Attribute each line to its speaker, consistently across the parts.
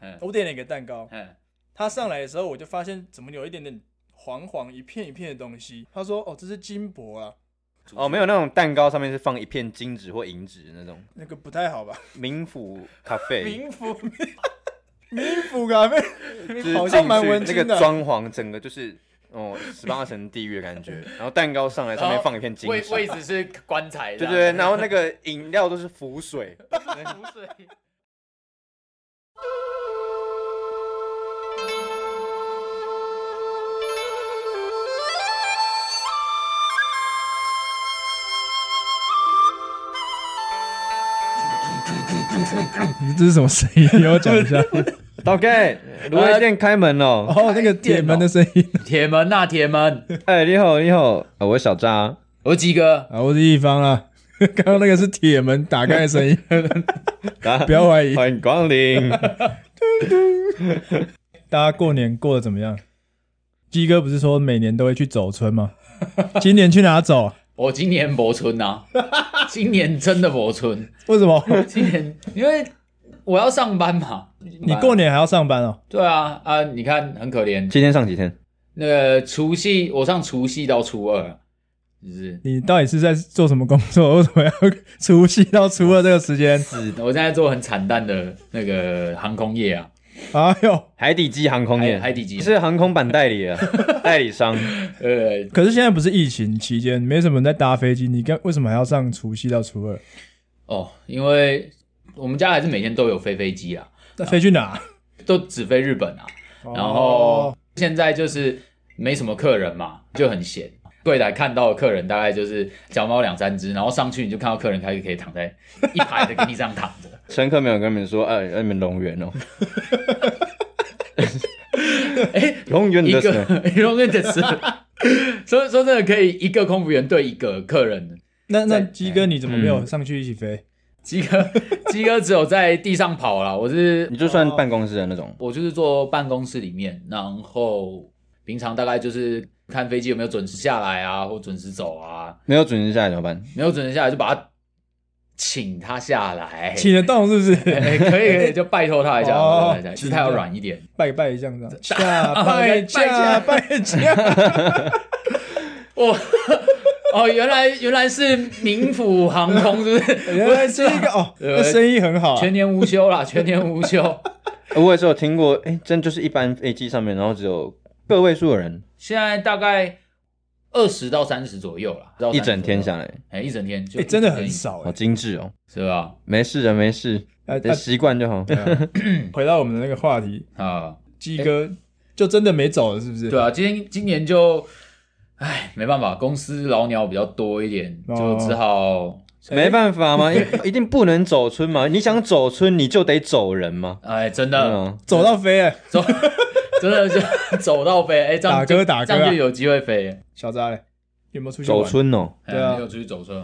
Speaker 1: 嗯
Speaker 2: 我点了一个蛋糕，
Speaker 3: 嗯，
Speaker 2: 他上来的时候我就发现怎么有一点点黄黄一片一片的东西，他说哦这是金箔啊，
Speaker 3: 竹
Speaker 1: 哦，没有那种蛋糕上面是放一片金纸或银纸那种。
Speaker 2: 那个不太好吧？
Speaker 1: 民府咖 啡，
Speaker 3: 民服，
Speaker 2: 民府咖啡，
Speaker 1: 就是
Speaker 2: 好像蛮
Speaker 1: 进去
Speaker 2: 文青的
Speaker 1: 那个装潢整个就是哦十八层地狱的感觉。然后蛋糕上来
Speaker 2: 哦
Speaker 1: 上面放一片金
Speaker 3: 位
Speaker 1: 纸，
Speaker 3: 位置是棺材，
Speaker 1: 对对对，然后那个饮料都是浮水。
Speaker 3: 对，湖水。
Speaker 4: 这是什么声音？给我讲一 下。
Speaker 1: 刀盖，卤味店开门了。
Speaker 4: 哦，那个铁门的声音
Speaker 3: 铁门呐、铁门，
Speaker 1: 哎，你好，你好，啊我是小张。
Speaker 3: 我鸡哥，
Speaker 4: 啊， 我是一方啦。刚刚那个是铁门打开的声音，
Speaker 1: 啊
Speaker 4: 不要怀疑。
Speaker 1: 欢迎 光临。
Speaker 4: 大家过年过得怎么样？鸡哥不是说每年都会去走村吗？今年去哪走？
Speaker 3: 我今年博春 呐、啊，今年真的博春，
Speaker 4: 为什么？
Speaker 1: 啊
Speaker 3: 今年因为我要上班嘛，
Speaker 4: 你过年还要上班哦？
Speaker 3: 对啊啊，你看很可怜，
Speaker 1: 今天上几天？
Speaker 3: 那个除夕我上除夕到初二，就是
Speaker 4: 你到底是在做什么工作？为什么要除夕到初二这个时间？
Speaker 3: 是我现在做很惨淡的那个航空业啊，
Speaker 4: 哎呦，
Speaker 1: 海底鸡航空业，
Speaker 3: 海海底鸡
Speaker 1: 是航空版代 理啊，代理商。
Speaker 3: 呃，
Speaker 4: 可是现在不是疫情期间，没什么人在搭飞机，你干为什么还要上除夕到初二？
Speaker 3: 哦，因为我们家还是每天都有飞飞机啊，
Speaker 4: 那飞去哪？
Speaker 3: 都只飞日本啊。
Speaker 4: 哦
Speaker 3: 然后现在就是没什么客人嘛，就很闲。柜台看到的客人大概就是小猫两三只，然后上去你就看到客人开始可以躺在一排的地上躺着，
Speaker 1: 乘客没有跟你们说，哎，哎你们龙 源哦，
Speaker 3: 哎，
Speaker 1: 龙 源
Speaker 3: 一
Speaker 1: 的
Speaker 3: 个永远的是，所以说真的可以一个空服员对一个客人。
Speaker 4: 那那
Speaker 3: 在嗯
Speaker 4: 鸡哥你怎么没有上去一起飞？
Speaker 3: 鸡哥，鸡哥只有在地上跑啦，我是
Speaker 1: 你就算办公室的那种，
Speaker 3: 我就是坐办公室里面，然后平常大概就是看飞机有没有准时下来啊，或准时走啊，
Speaker 1: 没有准时下来怎么办？
Speaker 3: 没有准时下来就把他请他下来，
Speaker 4: 请得动是不是？
Speaker 3: 哎可以可以就拜托他一下，
Speaker 4: 哦
Speaker 3: 拜托他一下，其实他要软一点，
Speaker 4: 拜拜一下这 样，下拜
Speaker 3: 下
Speaker 4: 下拜下，
Speaker 3: 哦哦，原来原来是民府航空，是不 是？
Speaker 4: 原来是一个哦，
Speaker 3: 对
Speaker 4: 那生意很好啊
Speaker 3: 呃全。年无休啦，全年无休。
Speaker 1: 我也是有听过，哎，真就是一般飞机上面，然后只有个位数的人，
Speaker 3: 现在大概二十到三十左右啦，
Speaker 4: 哦
Speaker 1: 一整天
Speaker 3: 下，
Speaker 1: 下来，
Speaker 3: 哎，一整天就
Speaker 4: 哎，真的
Speaker 3: 一整
Speaker 4: 很
Speaker 3: 天，
Speaker 4: 少
Speaker 1: 好
Speaker 4: 哎。
Speaker 1: 精致哦。
Speaker 3: 是吧？
Speaker 1: 没事的，没事，
Speaker 4: 呃
Speaker 1: 得习惯就好。
Speaker 4: 哎回到我们的那个话题，
Speaker 3: 啊，
Speaker 4: 鸡哥就真的没走了，是不是？
Speaker 3: 对啊，今天今年就，哎，没办法，公司老鸟比较多一点，
Speaker 4: 哦
Speaker 3: 就只好，
Speaker 1: 没办法嘛，一一定不能走村嘛。你想走村，你就得走人嘛。
Speaker 3: 哎，真的
Speaker 1: 嗯，
Speaker 4: 走到飞哎，
Speaker 3: 走，真的就走到飞，哎，这样
Speaker 4: 打
Speaker 3: 就
Speaker 4: 歌打歌
Speaker 3: 这样就
Speaker 4: 啊，
Speaker 3: 有机会飞。
Speaker 4: 小扎嘞，有没有出去
Speaker 1: 走
Speaker 4: 玩？
Speaker 1: 村哦。
Speaker 3: 哎
Speaker 4: 对啊
Speaker 3: 没有出去走村。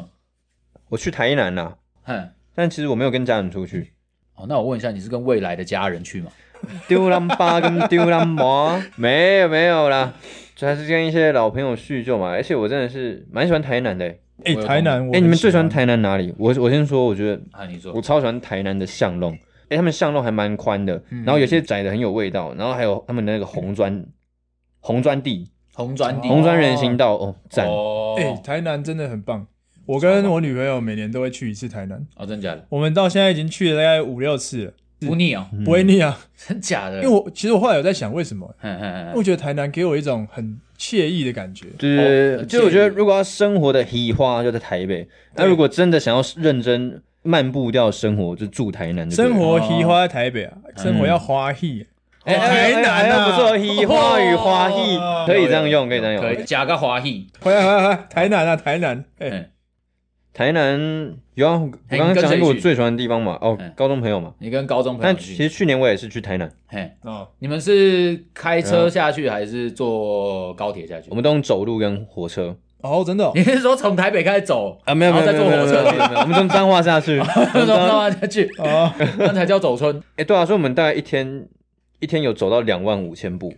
Speaker 1: 我去台南啦，
Speaker 3: 哼，
Speaker 1: 但其实我没有跟家人出去。
Speaker 3: 哦，那我问一下，你是跟未来的家人去吗？
Speaker 1: 丢浪巴跟丢浪魔，没有没有啦，就还是跟一些老朋友叙旧嘛。而且我真的是蛮喜欢台南的、欸。
Speaker 4: 哎，台南，
Speaker 1: 哎、
Speaker 4: 我很
Speaker 1: 你们最喜欢
Speaker 4: 喜欢
Speaker 1: 台南哪里？我我先说，我觉得
Speaker 3: 啊，你说
Speaker 1: 我，超喜欢台南的巷弄。哎、他们巷弄还蛮宽的，然后有些窄的很有味道，然后还有他们的那个红砖红砖地、
Speaker 3: 红砖地
Speaker 1: 红砖人行道，哦，赞、
Speaker 4: 哎，
Speaker 3: 哦，
Speaker 4: 台南真的很棒。我跟我女朋友每年都会去一次台南，
Speaker 3: 哦，真假的？
Speaker 4: 我们到现在已经去了大概五六次了，
Speaker 3: 不腻哦，
Speaker 1: 嗯
Speaker 4: 不会腻啊。
Speaker 3: 真假的？
Speaker 4: 因为我其实我后来有在想，为什么？
Speaker 3: 哼，哼哼
Speaker 4: 我觉得台南给我一种很惬意的感觉。
Speaker 1: 就是、
Speaker 3: 哦
Speaker 1: 就我觉得，如果要生活的喜花就在台北，那如果真的想要认真漫步掉生活，就住台南就对了。哦
Speaker 4: 生活喜花在台北啊，生活要花艺。
Speaker 1: 哎哎
Speaker 4: 台南啊
Speaker 1: 哎哎不错，喜花与花艺
Speaker 4: 哦
Speaker 1: 可以这样用，可以这样
Speaker 3: 可
Speaker 1: 用
Speaker 3: 以。加个华裔，
Speaker 4: 回来回来回来，台南啊台南，哎，
Speaker 3: 嗯，
Speaker 1: 台南有啊，我
Speaker 3: 哎
Speaker 1: 刚刚
Speaker 3: 你跟谁
Speaker 1: 讲
Speaker 3: 去
Speaker 1: 过我最喜欢的地方嘛，哦
Speaker 3: 嗯，
Speaker 1: 高中朋友嘛。
Speaker 3: 你跟高中朋友
Speaker 1: 但其
Speaker 3: 去，
Speaker 1: 实去年我也是去台南，
Speaker 3: 嘿，
Speaker 4: 哦，
Speaker 3: 你们是开车下去还是坐高铁下去
Speaker 1: 啊我？们都用走路跟火车
Speaker 4: 哦，真的 哦
Speaker 3: 你是说从台北开始走
Speaker 1: 啊，没有没有
Speaker 3: 然
Speaker 1: 没
Speaker 3: 后
Speaker 1: 有
Speaker 3: 再坐火
Speaker 1: 没有没
Speaker 3: 车
Speaker 1: 有没 有，没有我们从彰化下去。
Speaker 3: 去，从彰化下去，
Speaker 4: 哦，
Speaker 3: 那才叫走村。
Speaker 1: 哎，对啊，所以我们大概一天一天有走到两万五千步，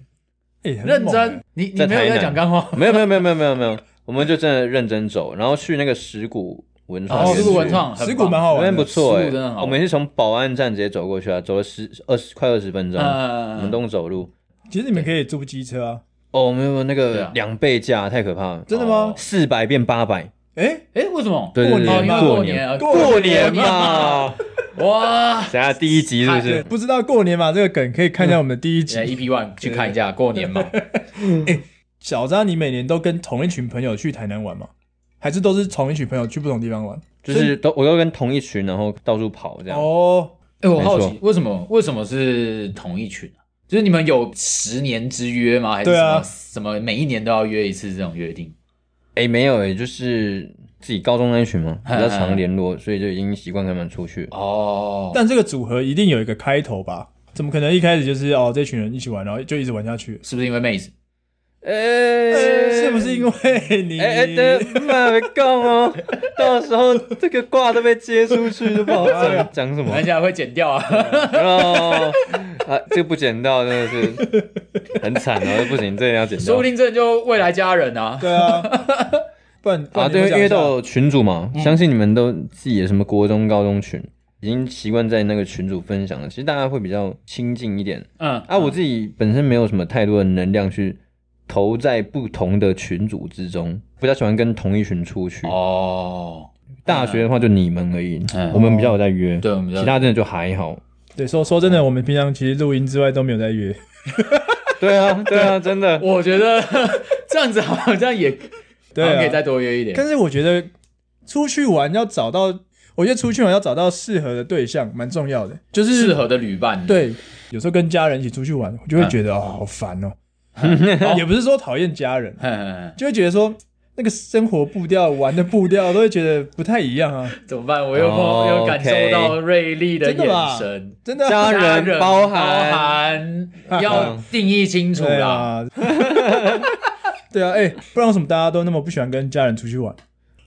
Speaker 4: 哎，很猛
Speaker 3: 认真，你你
Speaker 1: 欸在
Speaker 3: 没有
Speaker 1: 台
Speaker 3: 在
Speaker 1: 南
Speaker 3: 讲干话，
Speaker 1: 没有没有没有没有没有没有，我们就真的认真走，然后去那个石鼓文
Speaker 3: 哦
Speaker 1: 创园区，
Speaker 3: 石鼓文创很棒
Speaker 5: 石鼓
Speaker 4: 哦
Speaker 5: 蛮好
Speaker 1: 那
Speaker 5: 玩
Speaker 1: 边不
Speaker 5: 的，
Speaker 1: 错
Speaker 3: 石
Speaker 1: 哎、
Speaker 3: 鼓真的很好
Speaker 1: 我们是从保安站直接走过去啊，走了十二十快二十分钟，啊我们
Speaker 3: 嗯，
Speaker 1: 都走路。
Speaker 4: 其实你们可以租机车啊，
Speaker 1: 哦，没有那
Speaker 3: 对
Speaker 1: 个
Speaker 3: 啊
Speaker 1: 两倍价，太可怕了，
Speaker 5: 真的吗？
Speaker 1: 四百变八百，
Speaker 5: 哎，
Speaker 3: 哎，为什么？
Speaker 1: 对对对
Speaker 3: 哦因为
Speaker 1: 过
Speaker 3: 过
Speaker 1: 年
Speaker 3: 年啊，啊
Speaker 1: 过年嘛。
Speaker 3: 哇！
Speaker 1: 等下第一集是不
Speaker 5: 对
Speaker 1: 是？
Speaker 4: 不知道过年嘛这个梗可以
Speaker 1: 嗯
Speaker 4: 看一下我们的第一集。
Speaker 3: 现在 EP One 去看一下过年嘛，
Speaker 4: 小张，你每年都跟同一群朋友去台南玩吗？还是都是同一群朋友去不同地方玩？
Speaker 1: 就是都我都跟同一群，然后到处跑这样。
Speaker 4: 哦，
Speaker 3: 哎、我好
Speaker 1: 没
Speaker 3: 奇，为什么为什么是同一群啊？就是你们有十年之约吗？还是
Speaker 4: 对
Speaker 3: 什么、
Speaker 4: 啊
Speaker 3: 什么每一年都要约一次这种约定？
Speaker 1: 哎、没有哎、就是自己高中那一群嘛，比
Speaker 3: 嗯
Speaker 1: 较常联络，所以就已经习惯跟他们出去。
Speaker 3: 哦，
Speaker 4: 但这个组合一定有一个开头吧？怎么可能一开始就是哦这群人一起玩，然后就一直玩下去？
Speaker 3: 是不是因为妹子？
Speaker 1: 哎、
Speaker 4: 是不是因为你？
Speaker 1: 哎哎，对，妈别杠哦，到时候这个挂都被接出去就不好讲讲什么
Speaker 3: 而且会剪掉啊！
Speaker 1: 哦。啊，这不捡到真的是很惨哦，不行，这一定要捡
Speaker 3: 说
Speaker 1: 到
Speaker 3: 不。定这就未来家人啊。
Speaker 4: 对啊， 不然
Speaker 1: 啊，对，因为都有群主嘛，相信你们都自己的什么国中、高中群，已经习惯在那个群主分享了，其实大家会比较亲近一点。
Speaker 3: 嗯，
Speaker 1: 啊，我自己本身没有什么太多的能量去投在不同的群组之中，比较喜欢跟同一群出去。
Speaker 3: 哦，
Speaker 1: 大学的话就你们而已，
Speaker 3: 嗯
Speaker 1: 我们比较有在约，
Speaker 3: 对我们比较
Speaker 1: 其他真的就还好。
Speaker 4: 对说说真的，我们平常其实录音之外都没有在 约。
Speaker 1: 对啊，对啊，真的。
Speaker 3: 我觉得 这样子好像也
Speaker 4: 对
Speaker 3: 好像可以
Speaker 4: 啊，
Speaker 3: 再多约一点。
Speaker 4: 但是我觉得出去玩要找到，我觉得出去玩要找到适合的对象蛮重要的，就是
Speaker 3: 适合的旅伴，
Speaker 4: 对，有时候跟家人一起出去玩，我就会
Speaker 3: 嗯
Speaker 4: 觉得、哦，好烦 哦。也不是说讨厌家人，啊
Speaker 3: 哼，哼
Speaker 4: 就会觉得说那个生活步调、玩的步调都会觉得不太一样啊。
Speaker 3: 哼怎么办？我又碰、
Speaker 1: 哦
Speaker 3: 又感受
Speaker 1: OK
Speaker 3: 到瑞丽的
Speaker 4: 真的吧
Speaker 3: 眼神，
Speaker 4: 真的啊，
Speaker 1: 家人包
Speaker 3: 包
Speaker 1: 含
Speaker 3: 含 要定义清 楚
Speaker 4: 对
Speaker 3: 啦。
Speaker 4: 啊，对啊，哎、不然为什么大家都那么不喜欢跟家人出去玩？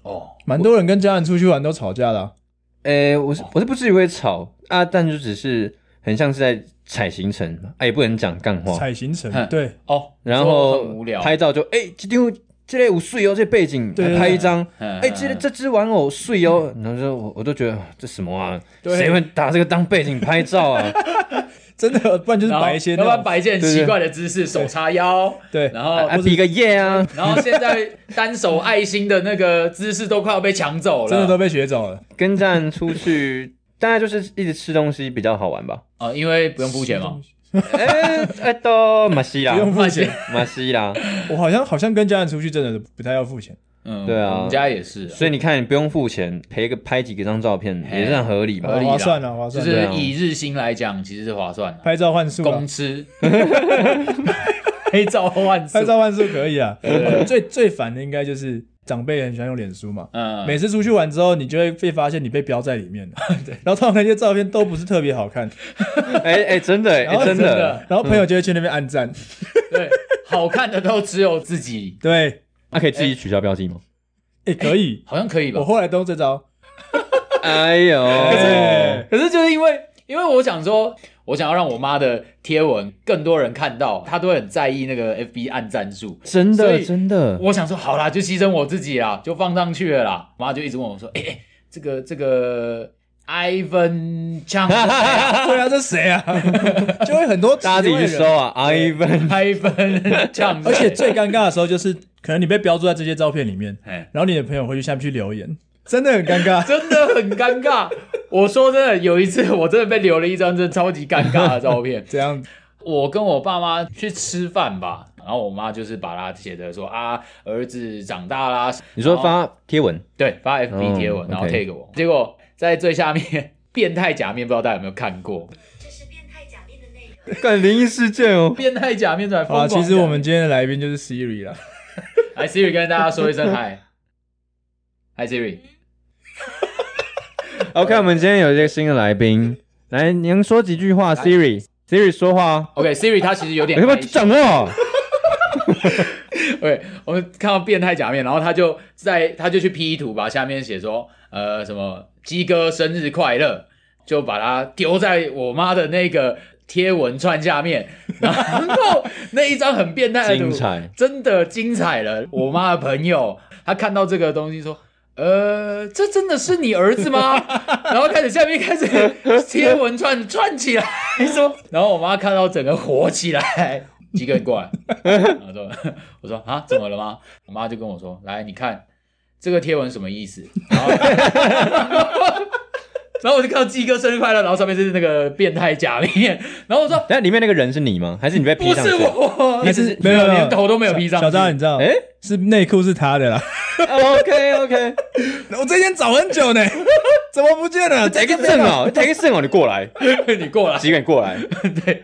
Speaker 3: 哦，
Speaker 4: 蛮多人跟家人出去玩都吵架的啊、
Speaker 1: 诶、我是我是不至于会吵啊，但就只是很像是在踩行程，哎、也不能讲干话。
Speaker 4: 踩行程
Speaker 3: 哼。
Speaker 4: 对，
Speaker 3: 哦，
Speaker 1: 然
Speaker 3: 说很
Speaker 1: 后
Speaker 3: 无聊，
Speaker 1: 拍照就哎，这丢这类有碎哦，这背景
Speaker 4: 对
Speaker 1: 还拍一张。
Speaker 3: 哎
Speaker 1: 哎、这这只玩偶碎哦，然后就我我都觉得这什么啊，
Speaker 4: 对
Speaker 1: 谁会打这个当背景拍照啊？
Speaker 4: 真的，不然就是
Speaker 3: 然后
Speaker 4: 摆一些
Speaker 3: 要不
Speaker 4: 那
Speaker 3: 然
Speaker 4: 种
Speaker 3: 摆一些很
Speaker 1: 对对
Speaker 3: 奇怪的姿势，手叉腰，
Speaker 4: 对哎
Speaker 3: 然后
Speaker 1: 啊，比个耶啊！
Speaker 3: 然后现在单手爱心的那个姿势都快要被抢走了，
Speaker 4: 真的都被学走了。
Speaker 1: 跟站出去，大概就是一直吃东西比较好玩吧。
Speaker 3: 哦，因为不用付钱嘛，
Speaker 1: 哎哎都马西啦
Speaker 4: 不，用付钱，
Speaker 1: 马西啦，
Speaker 4: 我好像好像跟家人出去真的不太要付钱。
Speaker 3: 嗯，
Speaker 1: 对啊
Speaker 3: 我们家也是啊，
Speaker 1: 所以你看，你不用付钱，陪个拍几张照片
Speaker 3: 嘿
Speaker 1: 也是很合理
Speaker 3: 合
Speaker 1: 吧
Speaker 3: 理？啦
Speaker 4: 划算啊，划
Speaker 3: 就
Speaker 4: 算啊。
Speaker 3: 是以日薪来讲，其实是划算的，
Speaker 4: 拍照换数啊，
Speaker 3: 公吃， 黑照换数
Speaker 4: 拍，照换数可以啊
Speaker 3: 对。
Speaker 4: 最最烦的应该就是长辈很喜欢用脸书嘛。
Speaker 3: 嗯，
Speaker 4: 每次出去玩之后，你就会被发现你被标在里面了，然后通常那些照片都不是特别好看，
Speaker 1: 哎哎，真的
Speaker 4: 然
Speaker 1: 哎，
Speaker 4: 后
Speaker 1: 真
Speaker 3: 真
Speaker 1: 的
Speaker 3: 的。
Speaker 4: 然后朋友就会去那边按赞，
Speaker 3: 对，好看的都只有自己，
Speaker 4: 对，
Speaker 1: 那、可以自己取消标记吗？
Speaker 4: 哎，可以，
Speaker 3: 好像可以吧
Speaker 4: 我？后来都用这招，
Speaker 1: 哎呦，
Speaker 4: 哎
Speaker 3: 可是就是因为，因为我想说，我想要让我妈的贴文更多人看到，她都会很在意那个 FB 按赞数。
Speaker 1: 真
Speaker 3: 所
Speaker 1: 的
Speaker 3: 以
Speaker 1: 真的，
Speaker 3: 我想说，好啦，就牺牲我自己啦，就放上去了啦。我妈就一直问我说：“哎、哎这个这个 Ivan 枪
Speaker 4: 对啊，这谁啊？ 就会很多
Speaker 1: 大家自己去
Speaker 4: 奇
Speaker 1: 搜
Speaker 4: 怪的人，
Speaker 1: 啊，Ivan，
Speaker 3: ，Ivan 枪，
Speaker 4: 而且最尴尬的时候就是，可能你被标注在这些照片里面，
Speaker 3: 哎
Speaker 4: 然后你的朋友会去下面去留言，真的很尴 尬，
Speaker 3: 真的很尴尬。我说真的，有一次我真的被留了一张真的超级尴尬的照片。
Speaker 4: 这样
Speaker 3: 我跟我爸妈去吃饭吧，然后我妈就是把它写的说啊，儿子长大啦，
Speaker 1: 你说发贴文，
Speaker 3: 对，发 FB 贴文，
Speaker 1: 嗯
Speaker 3: 然后
Speaker 1: OK
Speaker 3: take 我，结果在最下面变态假面，不知道大家有没有看过？
Speaker 6: 这是变态假面的内容。
Speaker 1: 干灵异事件哦，
Speaker 3: 变态假面转疯
Speaker 4: 啊，
Speaker 3: 狂假
Speaker 4: 其
Speaker 3: 面。
Speaker 4: 实我们今天的来宾就是 Siri 啦，
Speaker 3: 来 Siri 跟大家说一声嗨，嗨 Siri，
Speaker 1: OK，我们今天有一个新的来宾，来，您说几句话，Siri。Siri 说话啊，
Speaker 3: OK，Siri 他其实有
Speaker 1: 你
Speaker 3: 点
Speaker 1: 要不要
Speaker 3: 害羞。
Speaker 1: 讲哦？
Speaker 3: 对，我们看到变态假面，然后他就在他就去 P E 图吧，下面写说呃什么鸡哥生日快乐，就把它丢在我妈的那个贴文串下面，然 后那一张很变态的图，
Speaker 1: 精彩
Speaker 3: 真的精彩了。我妈的朋友她看到这个东西说。呃，这真的是你儿子吗？然后开始下面开始贴文串串起来，说，然后我妈看到整个火起来，几个人 过来，然后说，我说啊，怎么了吗？我妈就跟我说，来，你看这个贴文什么意思？然后， 然后我就看到鸡哥生日快乐，然后上面是那个变态假面，然后我说
Speaker 1: 但里面那个人是你吗？还是你被 P
Speaker 3: 不
Speaker 1: 上去？
Speaker 3: 是我，
Speaker 1: 你是
Speaker 7: 没有没有
Speaker 3: 连头都没有披上去
Speaker 7: 小张，你知道，
Speaker 1: 哎
Speaker 7: 是内裤是他的啦。
Speaker 1: ，OK OK，
Speaker 7: 我这天找很 久呢，怎么不见了？
Speaker 1: 一个正哦，一个正哦，你过来，
Speaker 3: 你过来，
Speaker 1: 几个人过来？
Speaker 3: 对，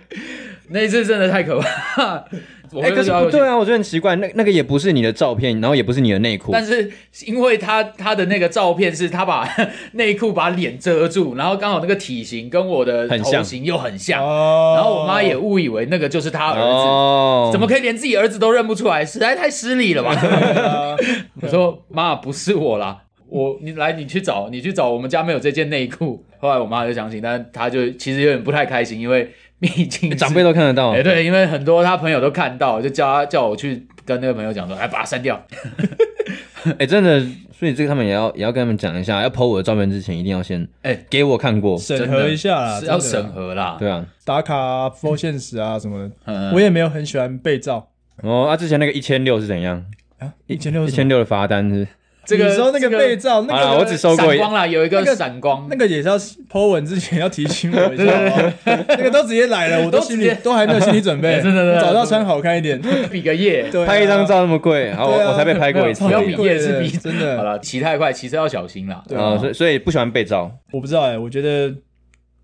Speaker 3: 那一次真的太可怕了，我
Speaker 1: 哎，
Speaker 3: 们
Speaker 1: 可
Speaker 3: 就是要
Speaker 1: 不对啊，我觉得很奇怪，那那个也不是你的照片，然后也不是你的内裤，
Speaker 3: 但是因为他他的那个照片是他把 内裤把脸遮住，然后刚好那个体型跟我的
Speaker 1: 很
Speaker 3: 头
Speaker 1: 像
Speaker 3: 型又很像，
Speaker 4: 哦
Speaker 3: 然后我妈也误以为那个就是他儿子。
Speaker 1: 哦，
Speaker 3: 怎么可以连自己儿子都认不出来？实在太失礼了吧！我说妈，不是我啦，我你来，你去找，你去找，我们家没有这件内裤。后来我妈就相信，但她就其实有点不太开心，因为毕竟是
Speaker 1: 长辈都看得到 啊
Speaker 3: 哎、？对，因为很多他朋友都看到，就叫他叫我去跟那个朋友讲说，哎，把它删掉。
Speaker 1: 哎，真的，所以这个他们也要也要跟他们讲一下，要 PO 我的照片之前，一定要先
Speaker 3: 哎
Speaker 1: 给我看过，
Speaker 7: 审核一下
Speaker 4: 啊
Speaker 7: 啦，
Speaker 3: 是要
Speaker 7: 真的啦
Speaker 3: 审核啦。
Speaker 1: 对啊，
Speaker 4: 打卡、啊、for 现实啊什么的。
Speaker 3: 嗯，
Speaker 4: 我也没有很喜欢被照
Speaker 1: 哦，啊，之前那个一千六是怎样？
Speaker 4: 啊，一千六
Speaker 1: 一千六的罚单是？
Speaker 3: 这个啊
Speaker 4: 你说那个被照，那
Speaker 1: 好啦，
Speaker 4: 个
Speaker 1: 我只收过
Speaker 3: 闪
Speaker 1: 一，
Speaker 3: 光啦，有一
Speaker 4: 那
Speaker 3: 个
Speaker 4: 个
Speaker 3: 闪光，
Speaker 4: 那个也是要 Po 文之前要提醒我一下，好不好那个都直接来了，我都心
Speaker 3: 都
Speaker 4: 里
Speaker 3: 直接
Speaker 4: 都还没有心理准备，
Speaker 3: 真的真的
Speaker 4: 早知道穿好看一点。
Speaker 3: 比个耶。
Speaker 4: 对啊，
Speaker 1: 拍一张照那么贵，好，我
Speaker 4: 对啊
Speaker 1: 我才被拍过一次
Speaker 3: 不要
Speaker 1: 而
Speaker 3: 比
Speaker 1: 已。
Speaker 4: 贵
Speaker 3: 耶
Speaker 4: 的
Speaker 3: 是比
Speaker 4: 真
Speaker 3: 好
Speaker 4: 的。
Speaker 3: 了，骑太快，骑车要小心啦。
Speaker 4: 对
Speaker 1: 啊，
Speaker 4: 啊，
Speaker 1: 所以所以不喜欢被照，
Speaker 4: 我不知道哎，我觉得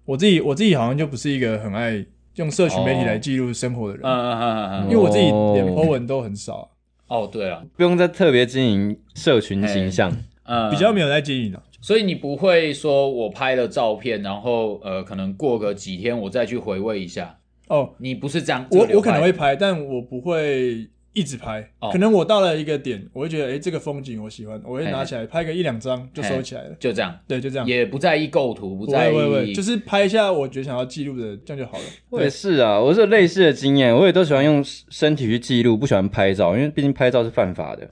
Speaker 4: 我自己我自己好像就不是一个很爱用社群媒体来记录生活的人，
Speaker 3: 嗯嗯嗯嗯
Speaker 4: 因
Speaker 3: 嗯。
Speaker 4: 为我自己连
Speaker 1: 哦
Speaker 4: Po 文都很少啊，
Speaker 3: 哦，对了，
Speaker 1: 不用再特别经营社群形象。
Speaker 4: 哎
Speaker 3: 嗯，
Speaker 4: 比较没有在经营啊。
Speaker 3: 所以你不会说我拍了照片，然后呃，可能过个几天我再去回味一下，
Speaker 4: 哦，
Speaker 3: 你不是这样。这
Speaker 4: 我
Speaker 3: 个流
Speaker 4: 我可能
Speaker 3: 派
Speaker 4: 会拍，但我不会一直拍。
Speaker 3: 哦
Speaker 4: 可能我到了一个点，我会觉得，哎、这个风景我喜欢，我会
Speaker 3: 嘿
Speaker 4: 拿
Speaker 3: 嘿
Speaker 4: 起来拍个一两张就收起来了。
Speaker 3: 就这样，
Speaker 4: 对，就这样。
Speaker 3: 也不在意构图，不
Speaker 4: 不
Speaker 3: 在
Speaker 4: 会不会，
Speaker 3: 意，
Speaker 4: 就是拍一下我觉得想要记录的，这样就好了。
Speaker 1: 我也是啊，我是有类似的经验，我也都喜欢用身体去记录，不喜欢拍照，因为毕竟拍照是犯法 的。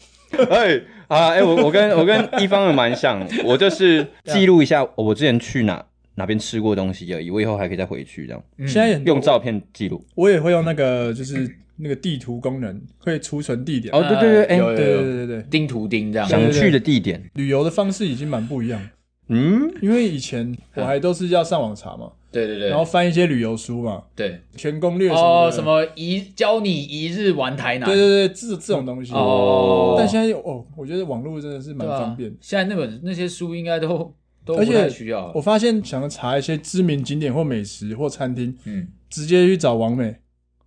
Speaker 1: 哎啊哎，我我跟我跟一方面蛮像，我就是记录一下我之前去哪哪边吃过东西而已，我以后还可以再回去这样，
Speaker 4: 对现在
Speaker 3: 嗯
Speaker 4: 也很多
Speaker 1: 用照片记录。
Speaker 4: 我也会用那个，就是那个地图功能，会储存地点。啊
Speaker 1: 哦，对对对，
Speaker 3: 呃有
Speaker 1: 哎，
Speaker 4: 对对
Speaker 3: 有有
Speaker 4: 对对对，
Speaker 3: 钉图钉这样。
Speaker 1: 想去的地点，
Speaker 4: 旅游的方式已经蛮不一样，
Speaker 1: 嗯，
Speaker 4: 因为以前我还都是要上网查嘛，
Speaker 3: 对对对，
Speaker 4: 然后翻一些旅游书嘛，
Speaker 3: 对
Speaker 4: 全攻略什么
Speaker 3: 哦
Speaker 4: 的
Speaker 3: 什，么一教你一日玩台南，
Speaker 4: 对对对，这这种东西。
Speaker 3: 哦，
Speaker 4: 但现在有哦，我觉得网络真的是蛮
Speaker 3: 对啊啊
Speaker 4: 方便。
Speaker 3: 现在那本那些书应该都都不
Speaker 4: 而且
Speaker 3: 太需要
Speaker 4: 我
Speaker 3: 了。
Speaker 4: 发现想要查一些知名景点或美食或餐厅，
Speaker 3: 嗯，
Speaker 4: 直接去找王美，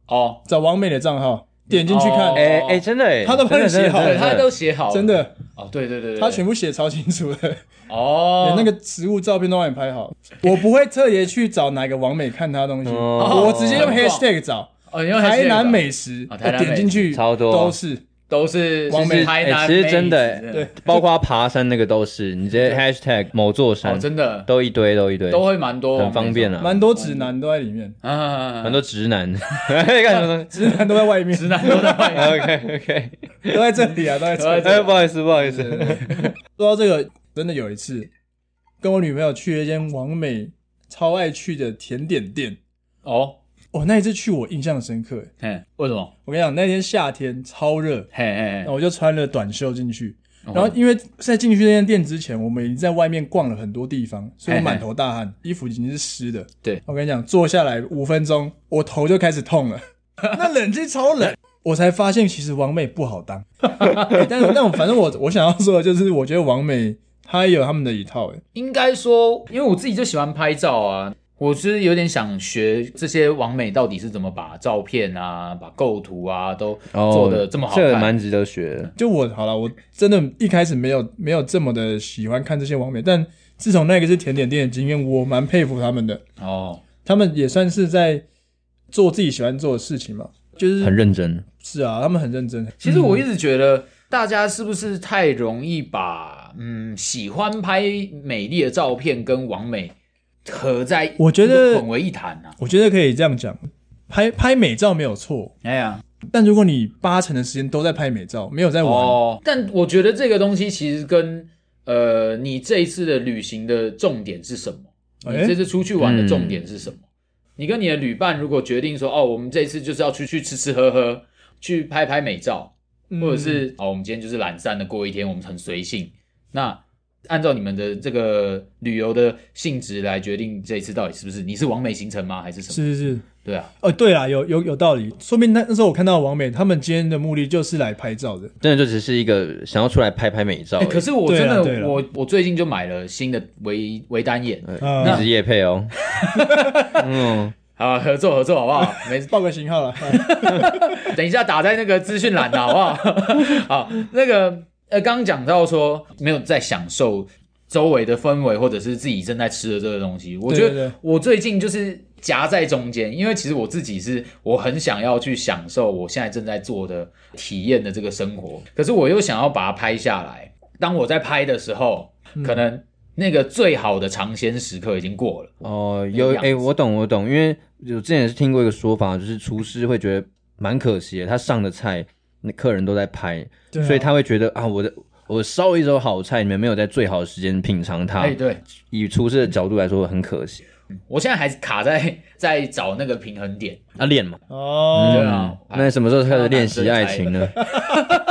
Speaker 3: 哦，
Speaker 4: 找王美的账号，点进去看，
Speaker 3: 哦
Speaker 1: 哎哎，真的哎，
Speaker 4: 他都帮你写好了
Speaker 3: 对，
Speaker 1: 真的
Speaker 3: 他都写好了，
Speaker 4: 真的，
Speaker 3: 哦，对对对对，
Speaker 4: 他全
Speaker 3: 部
Speaker 4: 部写超清楚的，
Speaker 3: 哦
Speaker 4: 连那个食物照片都帮你拍好。我不会特别去找哪个王美看他的东西，
Speaker 1: 哦
Speaker 4: 我直接用
Speaker 3: 哦
Speaker 4: hashtag 找
Speaker 3: 哦，因为还是
Speaker 4: 台
Speaker 3: 有
Speaker 4: 南
Speaker 3: 的
Speaker 4: 美食，
Speaker 3: 哦台南
Speaker 4: 我点进去
Speaker 1: 超多
Speaker 4: 都是。
Speaker 3: 都是
Speaker 4: 王美
Speaker 3: 是台南
Speaker 1: 哎
Speaker 3: 美
Speaker 1: 其
Speaker 3: 食，
Speaker 1: 实真的哎
Speaker 4: 对
Speaker 1: 包括爬山那个都是，你直接 hashtag 某座
Speaker 3: 哦，
Speaker 1: 山，
Speaker 3: 真的
Speaker 1: 都一堆都一堆，
Speaker 3: 都会哦蛮多，
Speaker 1: 很方便
Speaker 3: 了。
Speaker 1: 啊，
Speaker 4: 蛮多指南都在里面，
Speaker 3: 啊，
Speaker 1: 很多直男 干什么东西？
Speaker 4: 指南都在外面，
Speaker 3: 直男都在外 面。
Speaker 1: OK OK，
Speaker 4: 都在这里啊，都在这
Speaker 3: 都在
Speaker 4: 里。
Speaker 3: 这
Speaker 1: 哎，不好意思，不好意思，
Speaker 4: 说到这个，真的有一次跟我女朋友去了一间王美超爱去的甜点店，
Speaker 3: 哦，
Speaker 4: 哦，那一次去我印象深刻。欸
Speaker 3: 嘿，为什么？
Speaker 4: 我跟你讲，那天夏天超热，
Speaker 3: 嘿嘿
Speaker 4: 那
Speaker 3: 嘿，
Speaker 4: 我就穿了短袖进去。
Speaker 3: 哎哦
Speaker 4: 然后因为在进去那间店之前，我们已经在外面逛了很多地方，所以我
Speaker 3: 嘿嘿
Speaker 4: 满头大汗，衣服已经是湿的。
Speaker 3: 哎对
Speaker 4: 我跟你讲，坐下来五分钟，我头就开始痛了。 那冷气超冷，我才发现其实王美不好当。 欸但是，但我反正我我想要说的就是，我觉得王美她也有他们的一套、欸，
Speaker 3: 应该说，因为我自己就喜欢拍照啊，我是有点想学这些网美到底是怎么把照片啊、把构图啊都 做的这么好
Speaker 1: 哦这个
Speaker 3: 看。
Speaker 1: 蛮值得学的。
Speaker 4: 就我好了，我真的一开始没有没有这么的喜欢看这些网美，但自从那个是甜点店的经验，我蛮佩服他们的。
Speaker 3: 哦，
Speaker 4: 他们也算是在做自己喜欢做的事情嘛，就是
Speaker 1: 很认真，
Speaker 4: 是啊，他们很认真。
Speaker 3: 其实我一直觉得大家是不是太容易把嗯喜欢拍美丽的照片跟网美合在，
Speaker 4: 我觉得
Speaker 3: 混为一谈啊。
Speaker 4: 我觉得可以这样讲，拍拍美照没有错，
Speaker 3: 哎呀，
Speaker 4: 但如果你八成的时间都在拍美照，没有在玩，
Speaker 3: 哦，但我觉得这个东西其实跟呃，你这一次的旅行的重点是什么？
Speaker 4: 哎嗯
Speaker 3: 你这次出去玩的重点是什么？你跟你的旅伴如果决定说，哦，我们这一次就是要出去吃吃喝喝，去拍拍美照，
Speaker 4: 嗯
Speaker 3: 或者是、哦，我们今天就是懒散的过一天，我们很随性。那按照你们的这个旅游的性质来决定这一次到底是不是你是完美行程吗，还是什么？
Speaker 4: 是是是，
Speaker 3: 对啊，
Speaker 4: 哦，对啊，有有有道理，说明那那时候我看到王美他们今天的目的就是来拍照的，
Speaker 1: 真的就只是一个想要出来拍拍美照而
Speaker 3: 哎、
Speaker 1: 已，
Speaker 3: 可是我
Speaker 4: 对
Speaker 3: 真
Speaker 4: 啦
Speaker 3: 的，
Speaker 4: 对啊啦
Speaker 3: 我我最近就买了新的微微单眼，
Speaker 4: 啊
Speaker 1: 一直夜配 哦。嗯，
Speaker 3: 好啊，合作合作好不好？没
Speaker 4: 报个型号 了，
Speaker 3: 等一下打在那个资讯栏的好不 好？好，那个呃，刚刚讲到说没有在享受周围的氛围，或者是自己正在吃的这个东西，我觉
Speaker 4: 对对
Speaker 3: 得
Speaker 4: 对
Speaker 3: 我最近就是夹在中间，因为其实我自己是我很想要去享受我现在正在做的体验的这个生活，可是我又想要把它拍下来。当我在拍的时候，
Speaker 4: 嗯
Speaker 3: 可能那个最好的尝鲜时刻已经过了。
Speaker 1: 哦，
Speaker 3: 那
Speaker 1: 有
Speaker 3: 个样
Speaker 1: 哎、我懂我懂，因为我之前也是听过一个说法，就是厨师会觉得蛮可惜的，他上的菜那客人都在拍，
Speaker 4: 对啊
Speaker 1: 所以他会觉得啊，我的我烧了一手好菜，你们没有在最好的时间品尝它，
Speaker 3: 哎、对，
Speaker 1: 以厨师的角度来说很可惜。
Speaker 3: 我现在还卡在在找那个平衡点。
Speaker 1: 啊，练嘛，
Speaker 4: 哦，
Speaker 3: 对啊哎
Speaker 1: 嗯那什么时候开始练习爱情呢？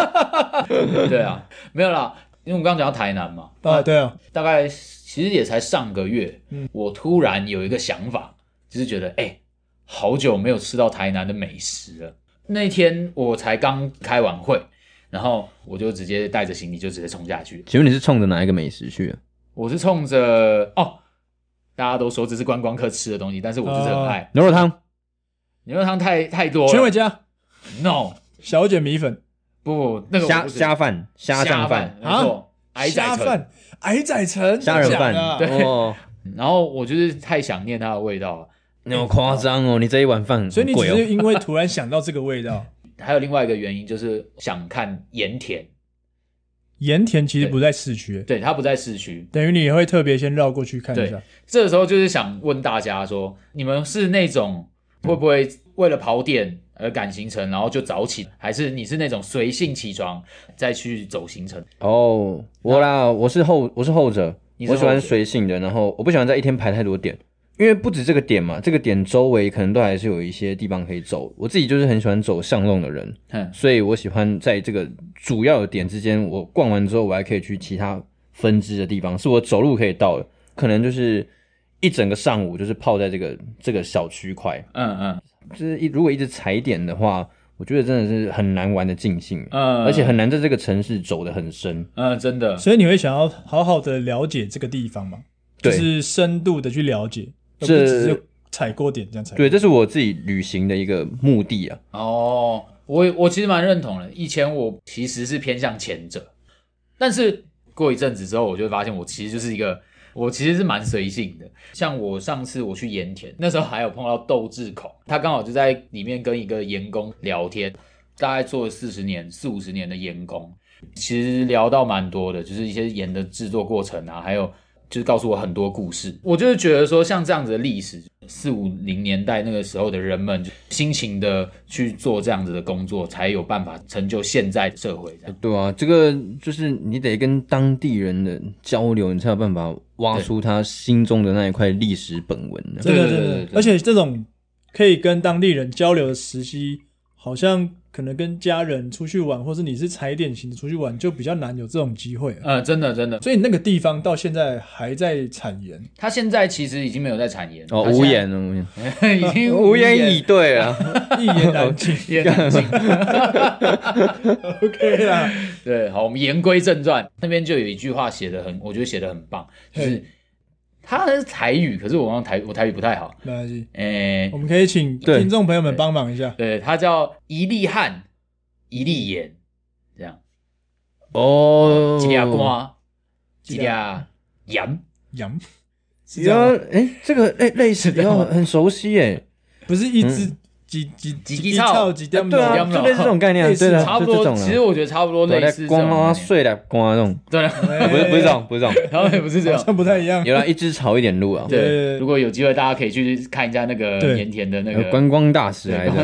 Speaker 3: 对啊，没有啦，因为我们刚刚讲到台南嘛，
Speaker 4: 啊，对啊，
Speaker 3: 大概其实也才上个月，
Speaker 4: 嗯
Speaker 3: 我突然有一个想法，就是觉得哎、好久没有吃到台南的美食了。那天我才刚开完会，然后我就直接带着行李就直接冲下去。
Speaker 1: 请问你是冲着哪一个美食去啊的？
Speaker 3: 我是冲着哦，大家都说这是观光客吃的东西，但是我就是
Speaker 4: 啊
Speaker 3: 很爱、
Speaker 1: 牛肉汤，
Speaker 3: 牛肉汤太太
Speaker 1: 哦
Speaker 3: 多了。
Speaker 4: 全伟家
Speaker 3: no，
Speaker 4: 小卷米粉
Speaker 3: 不不，那个我
Speaker 1: 虾
Speaker 3: 不是
Speaker 1: 虾饭，虾酱
Speaker 3: 饭
Speaker 1: 饭，
Speaker 3: 没错，矮仔
Speaker 4: 啊虾
Speaker 3: 城
Speaker 4: 饭、矮仔城、
Speaker 1: 虾仁
Speaker 4: 真
Speaker 1: 饭
Speaker 4: 假的啊，
Speaker 1: 哦，
Speaker 3: 然后我就是太想念它的味道了。
Speaker 1: 你好夸张哦！你这一碗饭很
Speaker 4: 所以你只
Speaker 1: 贵
Speaker 4: 是
Speaker 1: 哦。
Speaker 4: 因为突然想到这个味道，
Speaker 3: 还有另外一个原因就是想看盐田，
Speaker 4: 盐田其实不在市区，
Speaker 3: 对，它不在市区。
Speaker 4: 等于你会特别先绕过去看一下
Speaker 3: 对，这个时候就是想问大家说，你们是那种会不会为了跑点而赶行程，然后就早起，还是你是那种随性起床再去走行程？
Speaker 1: 哦，我啦，我是后我是后者，
Speaker 3: 你是
Speaker 1: 我
Speaker 3: 后
Speaker 1: 喜
Speaker 3: 者
Speaker 1: 欢随性的，然后我不喜欢在一天排太多点，因为不止这个点嘛，这个点周围可能都还是有一些地方可以走。我自己就是很喜欢走巷弄的人，
Speaker 3: 哼，
Speaker 1: 所以我喜欢在这个主要的点之间，我逛完之后，我还可以去其他分支的地方，是我走路可以到的，可能就是一整个上午就是泡在这个这个小区块，
Speaker 3: 嗯嗯
Speaker 1: 就是一如果一直踩点的话，我觉得真的是很难玩的尽兴，
Speaker 3: 嗯，
Speaker 1: 而且很难在这个城市走得很深。
Speaker 3: 嗯，真的，
Speaker 4: 所以你会想要好好的了解这个地方嘛，就
Speaker 1: 对
Speaker 4: 是深度的去了解，而不
Speaker 1: 这
Speaker 4: 只是踩过点这样踩。
Speaker 1: 对，，这是我自己旅行的一个目的啊。
Speaker 3: 哦，我我其实蛮认同的。以前我其实是偏向前者，但是过一阵子之后，我就会发现我其实就是一个，我其实是蛮随性的。像我上次我去盐田，那时候还有碰到窦志孔，他刚好就在里面跟一个盐工聊天，大概做了四十年、四五十年的盐工，其实聊到蛮多的，就是一些盐的制作过程啊，还有。就是告诉我很多故事，我就是觉得说，像这样子的历史，四五零年代那个时候的人们，就辛勤的去做这样子的工作，才有办法成就现在的社会。这样
Speaker 1: 对啊，这个就是你得跟当地人的交流，你才有办法挖出他心中的那一块历史本文呢、
Speaker 4: 真的
Speaker 3: 对对
Speaker 4: 真
Speaker 3: 对
Speaker 4: 的
Speaker 3: 对，对
Speaker 4: 而且这种可以跟当地人交流的时期，好像可能跟家人出去玩，或是你是踩点型的出去玩，就比较难有这种机会了。
Speaker 3: 呃，真的真的，
Speaker 4: 所以那个地方到现在还在产盐，
Speaker 3: 他现在其实已经没有在产盐，
Speaker 1: 哦，
Speaker 3: 他
Speaker 1: 无
Speaker 3: 现
Speaker 1: 言哦，无言，
Speaker 3: 在 已经
Speaker 1: 无言以对啊。
Speaker 4: 一言难 尽。
Speaker 3: 也干净
Speaker 4: OK 啦，
Speaker 3: 对，好，我们言归正传，那边就有一句话写的很，我觉得写的很棒，就是他是台语，可是我忘了台我台语不太好，
Speaker 4: 没关系，
Speaker 3: 诶、
Speaker 4: 我们可以请
Speaker 1: 对
Speaker 4: 听众朋友们帮忙一下。
Speaker 3: 对，他叫一粒汗一粒盐，这样
Speaker 1: 哦，
Speaker 3: 几粒瓜，几
Speaker 4: 一
Speaker 3: 粒
Speaker 4: 粒
Speaker 3: 盐，
Speaker 4: 羊是这
Speaker 1: 然
Speaker 4: 样吗
Speaker 1: 后，哎，这个哎类似，然后很熟悉哎，
Speaker 4: 不是一只
Speaker 1: 嗯
Speaker 4: 几几
Speaker 3: 几
Speaker 4: 几
Speaker 3: 几草
Speaker 4: 几
Speaker 1: 啊
Speaker 4: 点
Speaker 1: 对啊，
Speaker 3: 两秒
Speaker 1: 就类似这种概念啊，
Speaker 4: 类似
Speaker 1: 对的，
Speaker 3: 差不
Speaker 1: 就这
Speaker 3: 多。
Speaker 1: 种
Speaker 3: 其实我觉得差不多类
Speaker 1: 在
Speaker 3: 似这种
Speaker 1: 光啊
Speaker 3: 概念
Speaker 1: 睡了光啊那种，
Speaker 3: 对，
Speaker 4: 哎
Speaker 1: 不是不是这种，不是这种，
Speaker 3: 然后也不是这
Speaker 4: 好
Speaker 3: 样。
Speaker 4: 像不太一样。
Speaker 1: 有啦，一枝草一点路啊，
Speaker 3: 对，
Speaker 4: 对
Speaker 3: 如果有机会，大家可以去看一下那个
Speaker 4: 对
Speaker 3: 盐田的那
Speaker 1: 有
Speaker 3: 个
Speaker 1: 观光大使来着。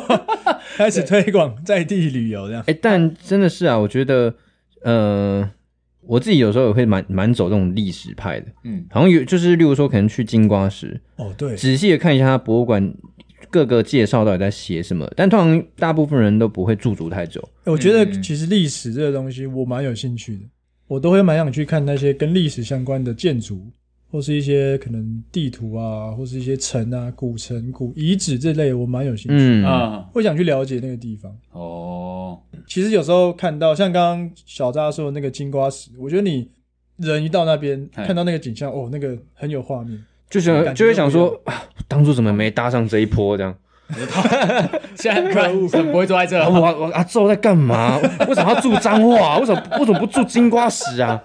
Speaker 4: 开始推广在地旅游这样。
Speaker 1: 哎、但真的是啊，我觉得，呃，我自己有时候也会蛮蛮走这种历史派的，
Speaker 3: 嗯，
Speaker 1: 好像有就是，例如说可能去金瓜石，
Speaker 4: 哦，对，
Speaker 1: 仔细的看一下它博物馆各个介绍到底在写什么，但通常大部分人都不会驻足太久。
Speaker 4: 哎我觉得
Speaker 3: 嗯
Speaker 4: 其实历史这个东西我蛮有兴趣的，我都会蛮想去看那些跟历史相关的建筑，或是一些可能地图啊，或是一些城啊、古城、古遗址这类，我蛮有兴趣，
Speaker 1: 嗯，
Speaker 3: 啊，
Speaker 4: 会想去了解那个地方。
Speaker 3: 哦，
Speaker 4: 其实有时候看到像刚刚小扎说的那个金瓜石，我觉得你人一到那边
Speaker 3: 嗨
Speaker 4: 看到那个景象，哦，那个很有画面。
Speaker 1: 就
Speaker 4: 感觉
Speaker 1: 想就会想说，啊当初怎么没搭上这一波这样？
Speaker 3: 现在可恶，不会坐在这
Speaker 1: 啊，我我阿宙在干嘛？ 为什么要住脏话？为什么为什么不住金瓜石啊？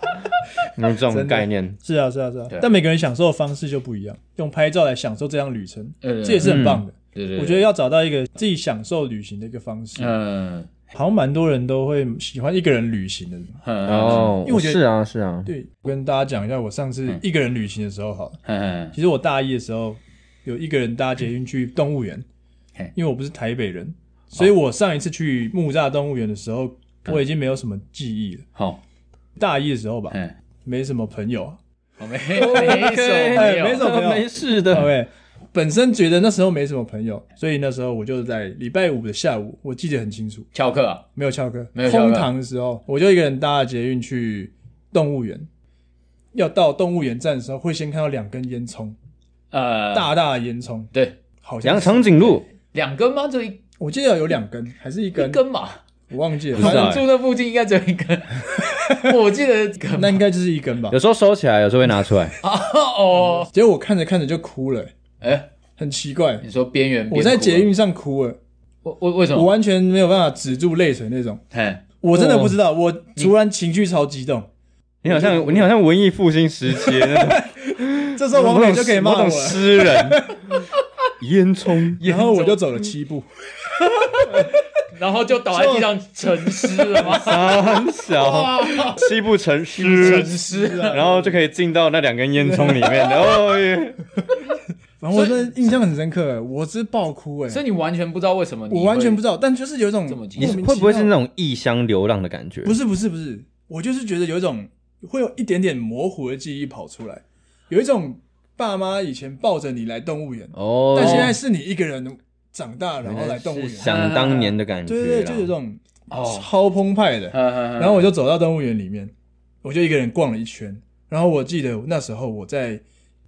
Speaker 1: 有这种概念，
Speaker 4: 是啊，是啊，是啊
Speaker 3: 对。
Speaker 4: 但每个人享受的方式就不一样，用拍照来享受这趟旅程，
Speaker 3: 嗯
Speaker 4: 这也是很棒的。
Speaker 3: 对对，
Speaker 4: 我觉得要找到一个自己享受旅行的一个方式，
Speaker 3: 嗯，
Speaker 4: 好像蛮多人都会喜欢一个人旅行的。
Speaker 3: 嗯，
Speaker 1: 哦，
Speaker 4: 因为我觉得
Speaker 1: 是啊是啊，
Speaker 4: 对，我跟大家讲一下，我上次一个人旅行的时候，好了，
Speaker 3: 嗯，
Speaker 4: 其实我大一的时候有一个人搭捷运去动物园
Speaker 3: 嘿，
Speaker 4: 因为我不是台北人，所以我上一次去木栅动物园的时候，我已经没有什么记忆了。
Speaker 3: 好，
Speaker 4: 大一的时候吧，
Speaker 3: 嗯，
Speaker 4: 没什么朋友啊，
Speaker 3: 我没没什么，
Speaker 4: 哎没哦什么没有
Speaker 1: 没事
Speaker 4: 对不
Speaker 1: 的，
Speaker 4: 对？本身觉得那时候没什么朋友，所以那时候我就在礼拜五的下午，我记得很清楚，
Speaker 3: 翘课，啊
Speaker 4: 没有翘课，
Speaker 3: 没有翘课
Speaker 4: 空堂的时候，我就一个人搭捷运去动物园。要到动物园站的时候，会先看到两根烟囱，
Speaker 3: 呃，
Speaker 4: 大大的烟囱，
Speaker 3: 对，
Speaker 4: 好像
Speaker 1: 杨
Speaker 4: 是
Speaker 1: 长颈鹿
Speaker 3: 两根吗？就一
Speaker 4: 我记得有两根还是一根，
Speaker 3: 根嘛，
Speaker 4: 我忘记了，
Speaker 1: 不知
Speaker 4: 反
Speaker 1: 道
Speaker 4: 正
Speaker 3: 住那附近应该只有 一根，我记得根
Speaker 4: 那应该就是一根吧
Speaker 1: 有。时候收起来，有时候会拿出来。
Speaker 3: 哦，
Speaker 4: 结果我看着看着就哭了、
Speaker 3: 哎，
Speaker 4: 很奇怪，
Speaker 3: 你说边缘，
Speaker 4: 我在捷运，上哭了，
Speaker 3: 我我为什
Speaker 4: 我
Speaker 3: 么？
Speaker 4: 完全没有办法止住泪水那种。
Speaker 3: 哎，
Speaker 4: 我真的不知道，我突然情绪超激动，
Speaker 1: 你好像你好像文艺复兴时期的那种。
Speaker 4: 这时候 王
Speaker 1: 某
Speaker 4: 磊
Speaker 1: 种
Speaker 4: 就可以骂我
Speaker 1: 某种
Speaker 4: 了，
Speaker 1: 诗人烟囱，
Speaker 4: 然后我就走了七步。
Speaker 3: 然后就倒在地上沉尸了吗？
Speaker 1: 很小，七步成诗
Speaker 3: 沉，尸了，
Speaker 1: 然后就可以进到那两根烟囱里面。哦耶，
Speaker 4: 反正我真的印象很深刻，我是爆哭哎、
Speaker 3: 所以你完全不知道为什么，
Speaker 4: 我完全不
Speaker 3: 知
Speaker 4: 知道，但就是有一种
Speaker 3: 这么激
Speaker 1: 你
Speaker 4: 莫
Speaker 1: 是
Speaker 4: 名
Speaker 1: 会不会
Speaker 4: 其
Speaker 1: 是
Speaker 4: 妙
Speaker 1: 那种异乡流浪的感觉？
Speaker 4: 不是不是不是，我就是觉得有一种会有一点点模糊的记忆跑出来，有一种爸妈以前抱着你来动物园，
Speaker 1: 哦，
Speaker 4: 但现在是你一个人长大然后来动物园，
Speaker 1: 是想当年的感觉啦，啊
Speaker 4: 对对对，就有这种
Speaker 3: 哦
Speaker 4: 超澎湃的。
Speaker 3: 然
Speaker 4: 然后我就走到动物园里面，我就一个人逛了一圈。然后我记得那时候我在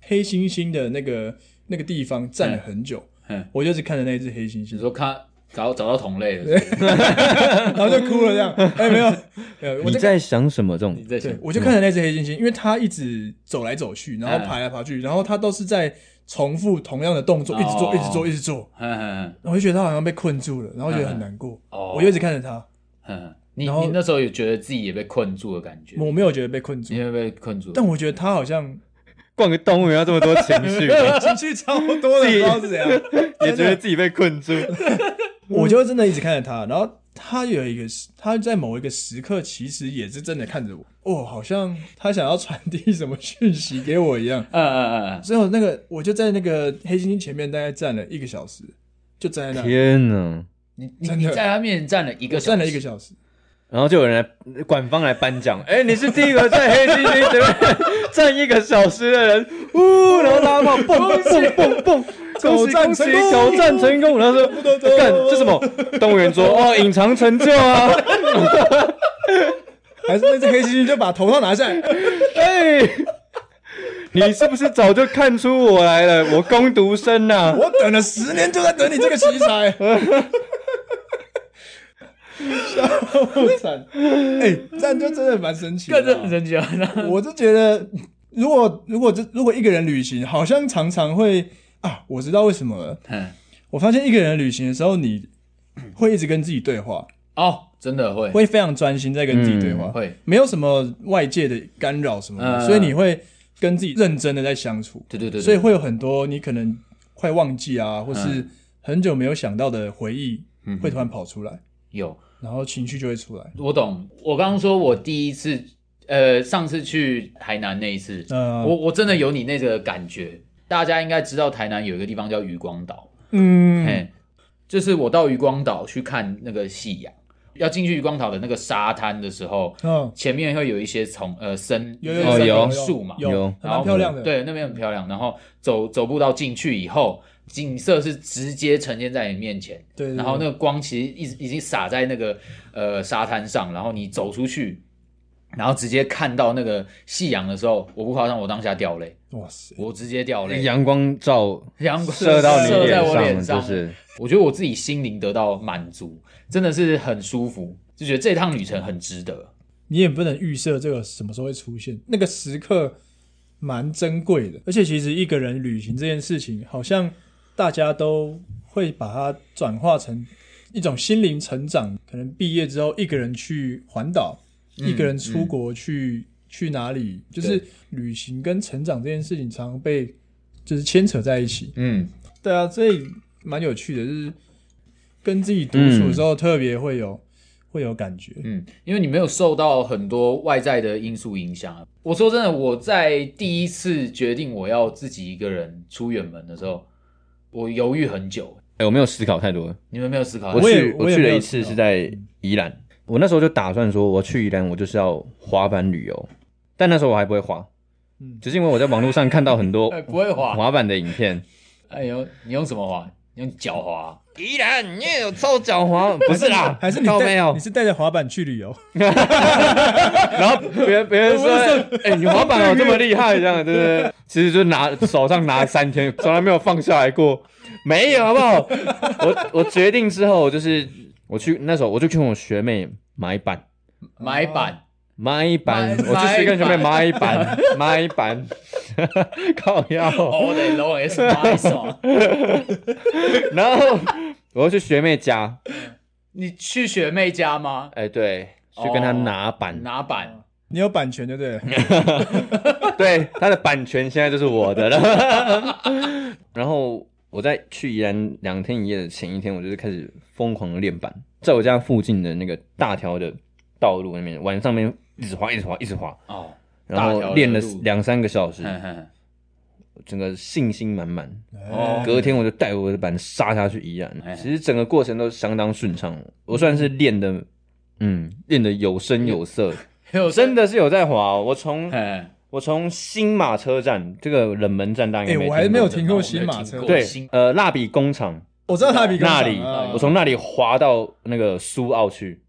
Speaker 4: 黑猩猩的那个那个地方站了很久
Speaker 3: 嗯嗯，
Speaker 4: 我就是看着那只黑猩
Speaker 3: 你
Speaker 4: 猩，
Speaker 3: 说看找找到同类了是不是，
Speaker 4: 然后就哭了这 样。哎，没有没有，我
Speaker 1: 你
Speaker 4: 在
Speaker 1: 在想什么？这种
Speaker 3: 你在想
Speaker 4: 对，我就看着那只黑猩猩，因为它一直走来走
Speaker 3: 嗯
Speaker 4: 去，然后爬来爬去，然后它都是在重复同样的动作，一直做，
Speaker 3: 哦
Speaker 4: 一直做，一直做。
Speaker 3: 嗯嗯
Speaker 4: 然后我就觉得它好像被困住了，然后觉得很难过，
Speaker 3: 哦
Speaker 4: 我就一直看着它，
Speaker 3: 嗯，你
Speaker 4: 然后
Speaker 3: 你那时候有觉得自己也被困住的感觉，
Speaker 4: 我没有觉得被困住
Speaker 3: 你，也被困住，
Speaker 4: 但我觉得它好像
Speaker 1: 逛个动物园要这么多情绪，
Speaker 4: 情绪超多的，不知道是怎样。
Speaker 1: 也觉得自己被困住。
Speaker 4: 我就真的一直看着他，然后他有一个时，他在某一个时刻，其实也是真的看着我，哦，好像他想要传递什么讯息给我一样。
Speaker 3: 嗯嗯嗯
Speaker 4: 最后那个，我就在那个黑猩猩前面大概站了一个小时，就站在那，
Speaker 1: 天哪！
Speaker 3: 嗯，你
Speaker 4: 真
Speaker 3: 你
Speaker 4: 的
Speaker 3: 在他面前站了一个
Speaker 4: 我
Speaker 3: 小时，
Speaker 4: 站了一个小时，
Speaker 1: 然后就有人来官方来颁奖，哎、你是第一个在黑猩猩前面站一个小时的人，呜，然后拉帽，蹦蹦蹦 蹦，恭喜
Speaker 4: 挑战
Speaker 1: 恭喜
Speaker 4: 成功
Speaker 1: 挑战成功，然后说干这什么？动物园 说哦，隐藏成就 啊，
Speaker 4: 还是那只黑猩猩就把头套拿下来，
Speaker 1: 哎、你是不是早就看出我来了？我攻读生啊呐、
Speaker 4: 我等了十年就在等你这个奇才。 笑惨！哎、这样就真的蛮神奇的
Speaker 3: 更
Speaker 4: 啊，
Speaker 3: 认真觉得，
Speaker 4: 我就觉得，如果如果这如果一个人旅行，好像常常会啊，我知道为什么了。
Speaker 3: 嗯，
Speaker 4: 我发现一个人旅行的时候，你会一直跟自己对话，
Speaker 3: 哦，真的会嗯
Speaker 4: 会非常专心在跟自己对话，
Speaker 3: 会，
Speaker 4: 没有什么外界的干扰什么的，
Speaker 3: 嗯
Speaker 4: 所以你会跟自己认真的在相处，
Speaker 3: 对对对，对
Speaker 4: 所以会有很多你可能快忘记啊，或是
Speaker 3: 嗯
Speaker 4: 很久没有想到的回忆
Speaker 3: 嗯哼
Speaker 4: 会突然跑出来，
Speaker 3: 有，
Speaker 4: 然后情绪就会出来。
Speaker 3: 我懂。我刚刚说我第一次，呃，上次去台南那一次，
Speaker 4: 呃
Speaker 3: 我我真的有你那个感觉。大家应该知道台南有一个地方叫渔光岛，
Speaker 4: 嗯，
Speaker 3: 嘿，就是我到渔光岛去看那个夕阳。要进去渔光岛的那个沙滩的时候，
Speaker 4: 嗯，
Speaker 3: 前面会有一些丛呃森
Speaker 4: 有
Speaker 3: 就是
Speaker 4: 有
Speaker 3: 森
Speaker 1: 有
Speaker 3: 林树嘛，
Speaker 4: 有
Speaker 1: 有
Speaker 4: 有，还蛮漂亮的。，
Speaker 3: 对，那边很漂亮。然后走走步道进去以后，景色是直接呈现在你面前，
Speaker 4: 对对对
Speaker 3: 然后那个光其实一直已经洒在那个呃沙滩上，然后你走出去，然后直接看到那个夕阳的时候，我不夸张，我当下掉泪，
Speaker 4: 哇塞，
Speaker 3: 我直接掉泪，
Speaker 1: 阳光照
Speaker 3: 阳光
Speaker 1: 射到你
Speaker 3: 射在
Speaker 1: 脸
Speaker 3: 我脸
Speaker 1: 就
Speaker 3: 上，
Speaker 1: 是
Speaker 3: 我觉得我自己心灵得到满足，真的是很舒服，就觉得这趟旅程很值得。
Speaker 4: 你也不能预设这个什么时候会出现，那个时刻蛮珍贵的。而且其实一个人旅行这件事情，好像大家都会把它转化成一种心灵成长。可能毕业之后，一个人去环岛，一个人出国去、去哪里，就是旅行跟成长这件事情，常常被就是牵扯在一起。
Speaker 3: 嗯，
Speaker 4: 对啊，这也蛮有趣的，就是跟自己独处的时候，特别会有、会有感觉。
Speaker 3: 嗯，因为你没有受到很多外在的因素影响。我说真的，我在第一次决定我要自己一个人出远门的时候，我犹豫很久。
Speaker 1: 哎、我没有思考太多。
Speaker 3: 你们没有思考？
Speaker 1: 我
Speaker 4: 也
Speaker 1: 去
Speaker 4: 我也
Speaker 1: 去啊
Speaker 4: 没
Speaker 1: 了
Speaker 4: 有
Speaker 1: 一次
Speaker 4: 思考
Speaker 1: 是在宜兰，啊我那时候就打算说，我去宜兰我就是要滑板旅游，但那时候我还不会滑，
Speaker 4: 嗯
Speaker 1: 只是因为我在网络上看到 很多
Speaker 3: 哎不会滑。
Speaker 1: 滑板的影片，
Speaker 3: 哎呦，你用什么滑？你用脚滑？
Speaker 1: 宜兰你也有超脚滑，不是啦，
Speaker 4: 还是你
Speaker 1: 都
Speaker 4: 带
Speaker 1: 没有
Speaker 4: 你，是带着滑板去旅游？
Speaker 1: 然后别人别人说，哎、你滑板有这么厉害，这样对不 对？其实就拿手上拿三天，从来没有放下来过，没有好不好？ 我我决定之后，就是我去那时候我就劝我学妹买板。
Speaker 3: 买板？
Speaker 1: 买板，
Speaker 3: 买
Speaker 1: 我就是跟学妹买
Speaker 3: 买
Speaker 1: 板，买板， 靠腰。
Speaker 3: 哦，得 low S 买手。
Speaker 1: 然后我要去学妹家，
Speaker 3: 你去学妹家吗？
Speaker 1: 哎，对，去跟她拿板，
Speaker 3: 哦拿板？
Speaker 4: 你有版权对不对？
Speaker 1: 对，她的版权现在就是我的了。 然后我在去宜兰两天一夜的前一天，我就是开始疯狂的练板，在我家附近的那个大条的道路那边，晚上面一直滑，一直滑，一直滑，
Speaker 3: 哦，哎
Speaker 1: 然
Speaker 3: 大
Speaker 1: 后
Speaker 3: 条的
Speaker 1: 练了
Speaker 3: 路嗯
Speaker 1: 两三个小时，
Speaker 3: 哼哼
Speaker 1: 整个信心满满。
Speaker 4: 哎
Speaker 3: 哦，
Speaker 1: 隔天我就带我的板杀下去宜
Speaker 3: 哎
Speaker 1: 兰，其实整个过程都相当顺畅，我算是练的，嗯，练的有声有色，
Speaker 3: 有
Speaker 1: 真。的是有在滑哦。我从
Speaker 3: 嗯，
Speaker 1: 我从新马车站这个冷门站，大家应该
Speaker 4: 哎
Speaker 1: 没
Speaker 4: 我还没有
Speaker 1: 过
Speaker 4: 听过新马车
Speaker 3: 我没有听过
Speaker 1: 对
Speaker 3: 新，
Speaker 1: 呃，蜡笔工厂
Speaker 4: 我知道他比工
Speaker 1: 那
Speaker 4: 厂
Speaker 1: 里
Speaker 4: 啊，
Speaker 1: 我从那里滑到那个苏澳去，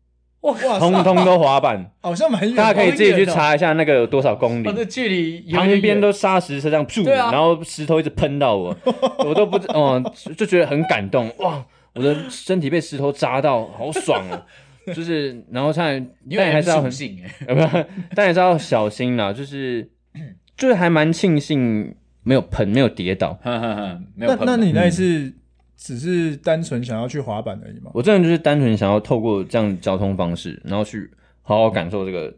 Speaker 4: 哇哇
Speaker 1: 通
Speaker 4: 塞，
Speaker 1: 通都滑板，
Speaker 4: 好哦像蛮远的。
Speaker 1: 大家可以自己
Speaker 3: 好
Speaker 1: 去
Speaker 3: 远哦
Speaker 1: 查一下那个有多少公里
Speaker 3: 哦，。那距离有
Speaker 1: 旁
Speaker 3: 点
Speaker 1: 边
Speaker 3: 远
Speaker 1: 都砂石车这样噗，
Speaker 3: 对啊
Speaker 1: 然后石头一直喷 到我，我都不知哦、就就觉得很感动哇！我的身体被石头扎到，好爽 哦、就是，然后差点，
Speaker 3: 你有
Speaker 1: 但
Speaker 3: 点
Speaker 1: 还是要很
Speaker 3: 不，信 哎。
Speaker 1: 呃不，但还是要小心啦。就是， 就是还蛮庆幸没有喷，没有跌倒。
Speaker 3: 哼哼哼，没有
Speaker 4: 那
Speaker 3: 喷
Speaker 4: 那
Speaker 3: 吧
Speaker 4: 你那一次只是单纯想要去滑板而已吗？
Speaker 1: 我真的就是单纯想要透过这样的交通方式，然后去好好感受这个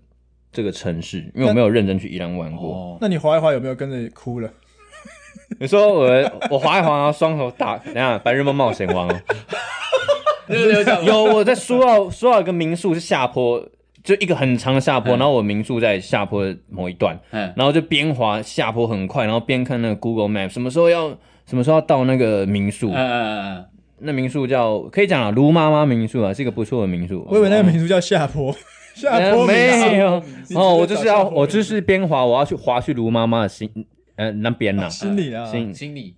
Speaker 1: 这个城市，因为我没有认真去宜兰玩过。
Speaker 3: 哦，
Speaker 4: 那你滑一滑有没有跟着哭了？
Speaker 1: 你说我我滑一滑，然后双手打，等一下白日梦冒险王、哦。
Speaker 3: 就是刘小
Speaker 1: 有我在苏澳，苏澳有个民宿是下坡，就一个很长的下
Speaker 4: 嗯
Speaker 1: 坡，然后我民宿在下坡的某一段，
Speaker 3: 嗯，
Speaker 1: 然后就边滑下坡很快，然后边看那个 Google Map 什么时候要什么时候要到那个民宿，
Speaker 3: 嗯嗯
Speaker 1: 那民宿叫可以讲啊，卢妈妈民宿啊，是一个不错的民宿。哦
Speaker 4: 我以为那个民宿叫下坡，下坡民宿
Speaker 1: 没有
Speaker 4: 宿
Speaker 1: 哦，我就是要
Speaker 4: 下坡民宿
Speaker 1: 我就是边滑，我要去滑去卢妈妈的心呃那边呐、
Speaker 4: 心里啊，
Speaker 1: 心
Speaker 3: 嗯，经理，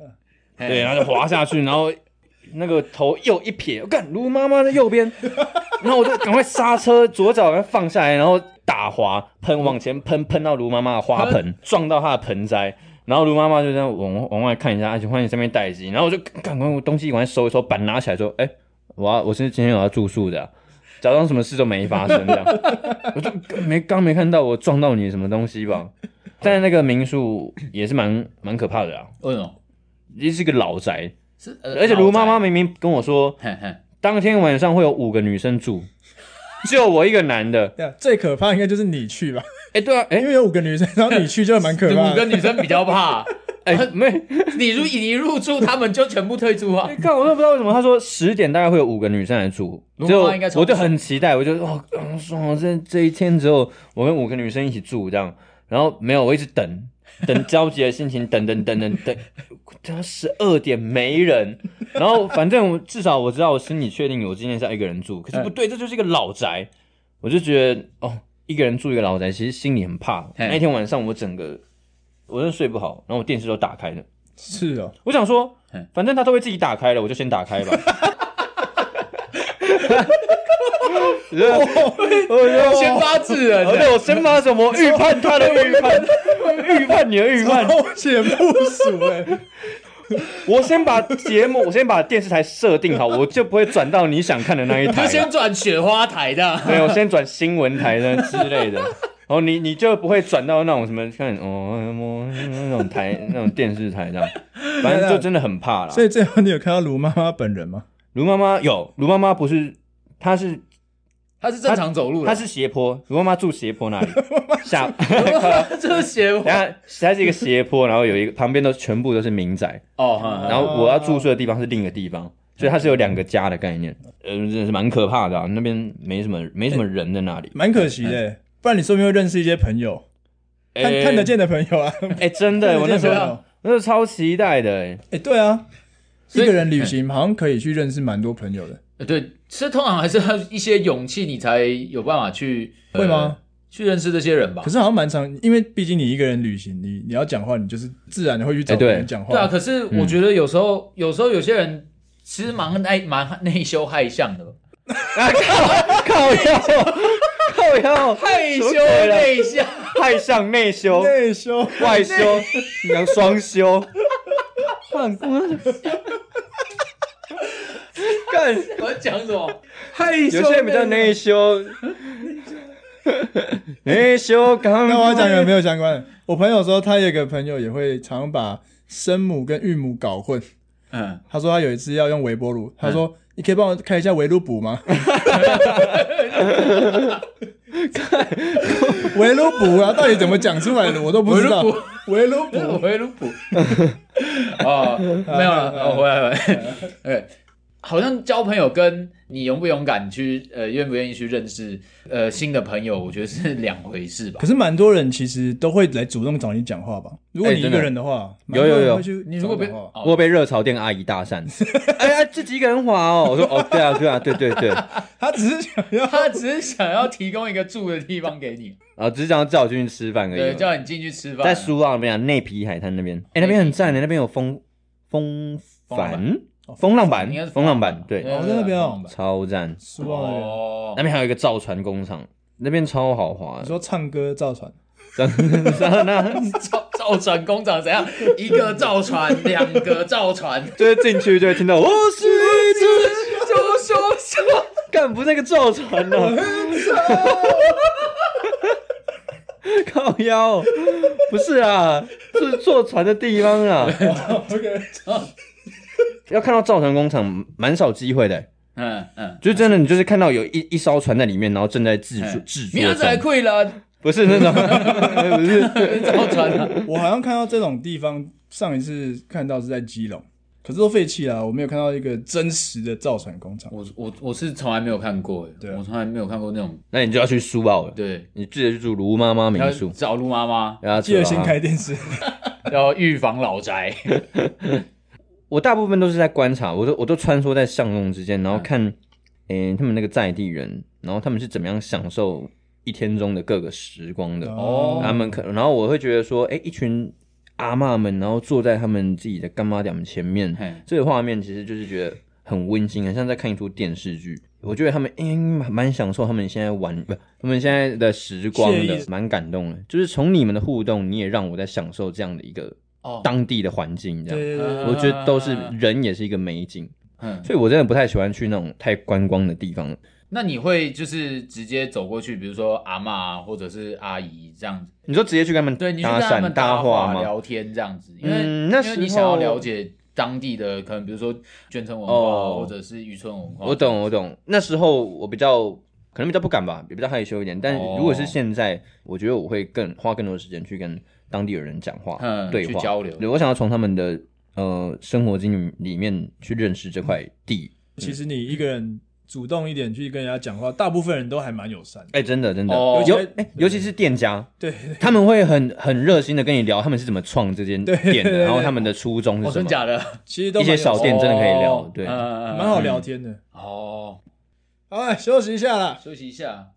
Speaker 3: 哎
Speaker 1: 对，啊然后就滑下去，然后 那个头又一撇，我看卢妈妈在右边， 然后我就赶快刹车，左脚赶快放下来，然后打滑喷往前喷，喷到卢妈妈的花盆，撞到她的盆栽。然后卢妈妈就这样往往外看一下，而且发现上面待机，然后我就赶快我东西赶快收一收，板拿起来说：“哎、我要我是今天我要住宿的啊、假装什么事都没发生这样。我就没刚没看到我撞到你什么东西吧？但是那个民宿也是蛮蛮可怕的啊，
Speaker 3: 为什么？
Speaker 1: 也是一个老宅，
Speaker 3: 是，
Speaker 1: 而且卢妈妈，明明跟我说，
Speaker 3: 嘿嘿，
Speaker 1: 当天晚上会有五个女生住，只有我一个男的。
Speaker 4: 对啊，最可怕应该就是你去吧，
Speaker 1: 哎、对啊，哎、
Speaker 4: 因为有五个女生，然后你去就蛮可怕
Speaker 3: 五个
Speaker 4: 的。
Speaker 3: 女生比较 怕，
Speaker 1: 哎、没，
Speaker 3: 你入你入住，他们就全部退出啊
Speaker 1: 哎。看我都不知道为什么他说十点大概会有五个女生来住，
Speaker 3: 卢
Speaker 1: 只
Speaker 3: 妈
Speaker 1: 有
Speaker 3: 妈应该超
Speaker 1: 我就很期待，我就哦，嗯爽，这这一天只有我跟五个女生一起住这样，然后没有，我一直等，等焦急的心情，等等等等等，等到十二点没人，然后反正我至少我知道我心里确定我今天是要一个人住，可是不
Speaker 3: 嗯
Speaker 1: 对，这就是一个老宅，我就觉得哦，一个人住一个老宅，其实心里很怕。
Speaker 3: 嘿
Speaker 1: 那天晚上我整个我真的睡不好，然后我电视都打开了，
Speaker 4: 是哦，
Speaker 1: 我想说
Speaker 3: 嗯，
Speaker 1: 反正他都会自己打开了，我就先打开吧。我就我就
Speaker 3: 先发制人
Speaker 1: 而
Speaker 3: 欸，
Speaker 1: 且我先把什么预判他的预判，预判你的预判，
Speaker 4: 超前部署哎、
Speaker 1: 我先把节目，我先把电视台设定好，我就不会转到你想看的那一台
Speaker 3: 就。先转雪花台的。
Speaker 1: 没有，我先转新闻台的之类的。然后你你就不会转到那种什么看哦么那种台那种电视台这样，反正就真的很怕啦。
Speaker 4: 所以最后你有看到卢妈妈本人吗？
Speaker 1: 卢妈妈有，卢妈妈不是，她是
Speaker 3: 他是正常走路的，
Speaker 1: 她是斜坡，卢妈妈住斜坡那 里，下
Speaker 3: 这是斜坡
Speaker 1: 然后它是一个斜坡，然后有一个旁边都全部都是民宅，
Speaker 3: 哦，哼
Speaker 1: 然后我要住宿的地方是另一个地方，所以它是有两个家的概念， 呃，真的是蛮可怕的、啊，那边没什么没什么人在那里，
Speaker 4: 蛮可惜的、不然你说不定会认识一些朋友，看、
Speaker 1: 哎
Speaker 4: 看得，见的朋 友啊。
Speaker 1: 哎、真 的，我
Speaker 4: 看得
Speaker 1: 那时
Speaker 4: 见
Speaker 1: 候
Speaker 4: 的朋友
Speaker 1: 那时候超期待的、哎
Speaker 4: 哎、对啊，
Speaker 3: 所
Speaker 4: 一
Speaker 3: 以
Speaker 4: 个人旅行好像可以去认识蛮多朋友的，
Speaker 3: 呃对，是通常还是要一些勇气，你才有办法去呃
Speaker 4: 会吗？
Speaker 3: 去认识这些人吧
Speaker 4: 可。是好像蛮常，因为毕竟你一个人旅行，你你要讲话，你就是自然地会去找
Speaker 1: 哎对
Speaker 4: 别人讲话。
Speaker 3: 对啊，可是我觉得有时候，有时候有些人其实蛮内蛮内羞害相的，
Speaker 1: 靠腰，靠 腰，
Speaker 3: 害羞
Speaker 1: 什么鬼啊
Speaker 3: 内向，
Speaker 1: 太像内羞，
Speaker 4: 内羞，
Speaker 1: 外修，然后双修， 换工， 干，
Speaker 3: 我在讲什么？
Speaker 4: 害羞
Speaker 1: 有些人比较内羞， 内羞刚
Speaker 4: 那
Speaker 1: 刚
Speaker 4: 我要讲有没有相关的？我朋友说他有一个朋友也会常把生母跟育母搞混。
Speaker 3: 嗯，
Speaker 4: 他说他有一次要用微波炉，他说、你可以帮我开一下微波补吗？微炉补啊，到底怎么讲出来的我都不知道。微炉
Speaker 3: 不是 我
Speaker 4: 补，
Speaker 3: 会录谱。哦，没有 了，我回来回来。对，好像交朋友跟你勇不勇敢去呃愿不愿意去认识呃新的朋友，我觉得是两回事吧
Speaker 4: 可。是蛮多人其实都会来主动找你讲话吧？如果
Speaker 1: 哎
Speaker 4: 你一
Speaker 1: 真的
Speaker 4: 个人的话，蛮
Speaker 1: 有
Speaker 4: 多人
Speaker 1: 有有
Speaker 4: 会去
Speaker 3: 你如果
Speaker 4: 找
Speaker 3: 被
Speaker 4: 你讲话
Speaker 3: 哦
Speaker 1: 我被热潮店阿姨大 讪，哎呀，自己一个人滑哦。我说哦，对啊，对啊，对对 对，然
Speaker 4: 他只是想要
Speaker 3: 他只是想要提供一个住的地方给你，
Speaker 1: 后啊只是想要叫我进去吃饭而
Speaker 3: 对，
Speaker 1: 已嘛。
Speaker 3: 叫你进去吃饭。
Speaker 1: 在苏澳那边啊，内皮海滩那边，哎，那边很赞的，那边有风风帆、哦风浪板
Speaker 3: 应该是、
Speaker 1: 风浪板，
Speaker 3: 对
Speaker 1: 对，
Speaker 4: 哦在那边哦
Speaker 1: 超赞。
Speaker 4: 输到那个。
Speaker 3: 哦
Speaker 1: 那，边还有一个造船工厂，那边超豪 华
Speaker 4: 你
Speaker 1: 的。
Speaker 4: 说唱歌造船，
Speaker 1: 那
Speaker 3: 造造船工厂怎样？一个造船，两个造船，
Speaker 1: 就是进去就会听到我是一只
Speaker 3: 就说说
Speaker 1: 干不是那个造船呢、 靠腰，不是啊，是坐船的地方啊。要看到造船工厂，蛮少机会的。
Speaker 3: 嗯嗯，
Speaker 1: 就真的，你就是看到有一一艘船在里面，然后正在制作制
Speaker 3: 明
Speaker 1: 作
Speaker 3: 仔载
Speaker 1: 中，
Speaker 3: 亏了，
Speaker 1: 不是那种， 不是
Speaker 3: 造船啊，
Speaker 4: 我好像看到这种地方，上一次看到是在基隆，可是都废弃了啊，我没有看到一个真实的造船工厂。
Speaker 3: 我我我是从来没有看过，
Speaker 4: 对
Speaker 3: 哎，
Speaker 4: 啊
Speaker 3: 我从来没有看过那种，
Speaker 1: 那你就要去苏澳了。
Speaker 3: 对，
Speaker 1: 你记得去住卢妈妈民
Speaker 3: 要
Speaker 1: 宿，啊
Speaker 3: 找路妈妈，
Speaker 1: 然 后
Speaker 4: 记得先开电视，
Speaker 3: 要预防老宅，
Speaker 1: 我大部分都是在观察，我都我都穿梭在巷弄之间，然后
Speaker 3: 嗯
Speaker 1: 看，诶、他们那个在地人，然后他们是怎么样享受一天中的各个时光的。
Speaker 3: 哦
Speaker 1: 他们可，然后我会觉得说，诶、一群阿嬷们，然后坐在他们自己的干妈店前面
Speaker 3: 嘿，
Speaker 1: 这个画面其实就是觉得很温馨，很像在看一出电视剧。我觉得他们应该蛮享受他们现在玩不，他们现在的时光
Speaker 4: 惬
Speaker 1: 的，蛮感动的。就是从你们的互动，你也让我在享受这样的一个
Speaker 3: 哦，
Speaker 1: 当地的环境，这样。
Speaker 4: 对对对，
Speaker 1: 我觉得都是人也是一个美景，
Speaker 3: 嗯，
Speaker 1: 所以我真的不太喜欢去那种太观光的地方。
Speaker 3: 那你会就是直接走过去，比如说阿嬷啊或者是阿姨这样子，
Speaker 1: 你说直接去跟他们
Speaker 3: 对你去
Speaker 1: 搭
Speaker 3: 跟他们
Speaker 1: 讪搭
Speaker 3: 话
Speaker 1: 吗？
Speaker 3: 聊天这样子，因为、
Speaker 1: 嗯那
Speaker 3: 因为你
Speaker 1: 时
Speaker 3: 想要
Speaker 1: 候
Speaker 3: 了解当地的，可能比如说眷村文化、
Speaker 1: 哦
Speaker 3: 或者是渔村文化。
Speaker 1: 我懂，我懂。那时候我比较可能比较不敢吧，也比较害羞一点。但
Speaker 3: 哦
Speaker 1: 如果是现在，我觉得我会更花更多时间去跟当地的人讲话、
Speaker 3: 嗯
Speaker 1: 对
Speaker 3: 去
Speaker 1: 话
Speaker 3: 交流
Speaker 1: 对，我想要从他们
Speaker 3: 哦
Speaker 1: 的呃生活经历里面去认识这块地。
Speaker 4: 其实你一个人主动一点去跟人家讲话，大部分人都还蛮友善的。
Speaker 1: 哎、真的真的，
Speaker 3: 哦
Speaker 1: 尤
Speaker 4: 对
Speaker 1: 哎、尤其是店家，
Speaker 4: 对，对
Speaker 1: 他们会很很热心的跟你聊他们是怎么创这间
Speaker 4: 对
Speaker 1: 店
Speaker 4: 对
Speaker 1: 的，
Speaker 4: 对
Speaker 1: 然后他们的初衷
Speaker 3: 哦，
Speaker 1: 是什
Speaker 3: 真
Speaker 1: 么，
Speaker 3: 假的？
Speaker 4: 其实都
Speaker 1: 一些
Speaker 4: 蛮友
Speaker 1: 小
Speaker 4: 善
Speaker 1: 店真的可以聊
Speaker 3: 哦
Speaker 1: 对
Speaker 3: 嗯嗯嗯
Speaker 4: 蛮好聊天的。
Speaker 3: 哦，
Speaker 4: 好了，休息一下啦。
Speaker 3: 休息一下。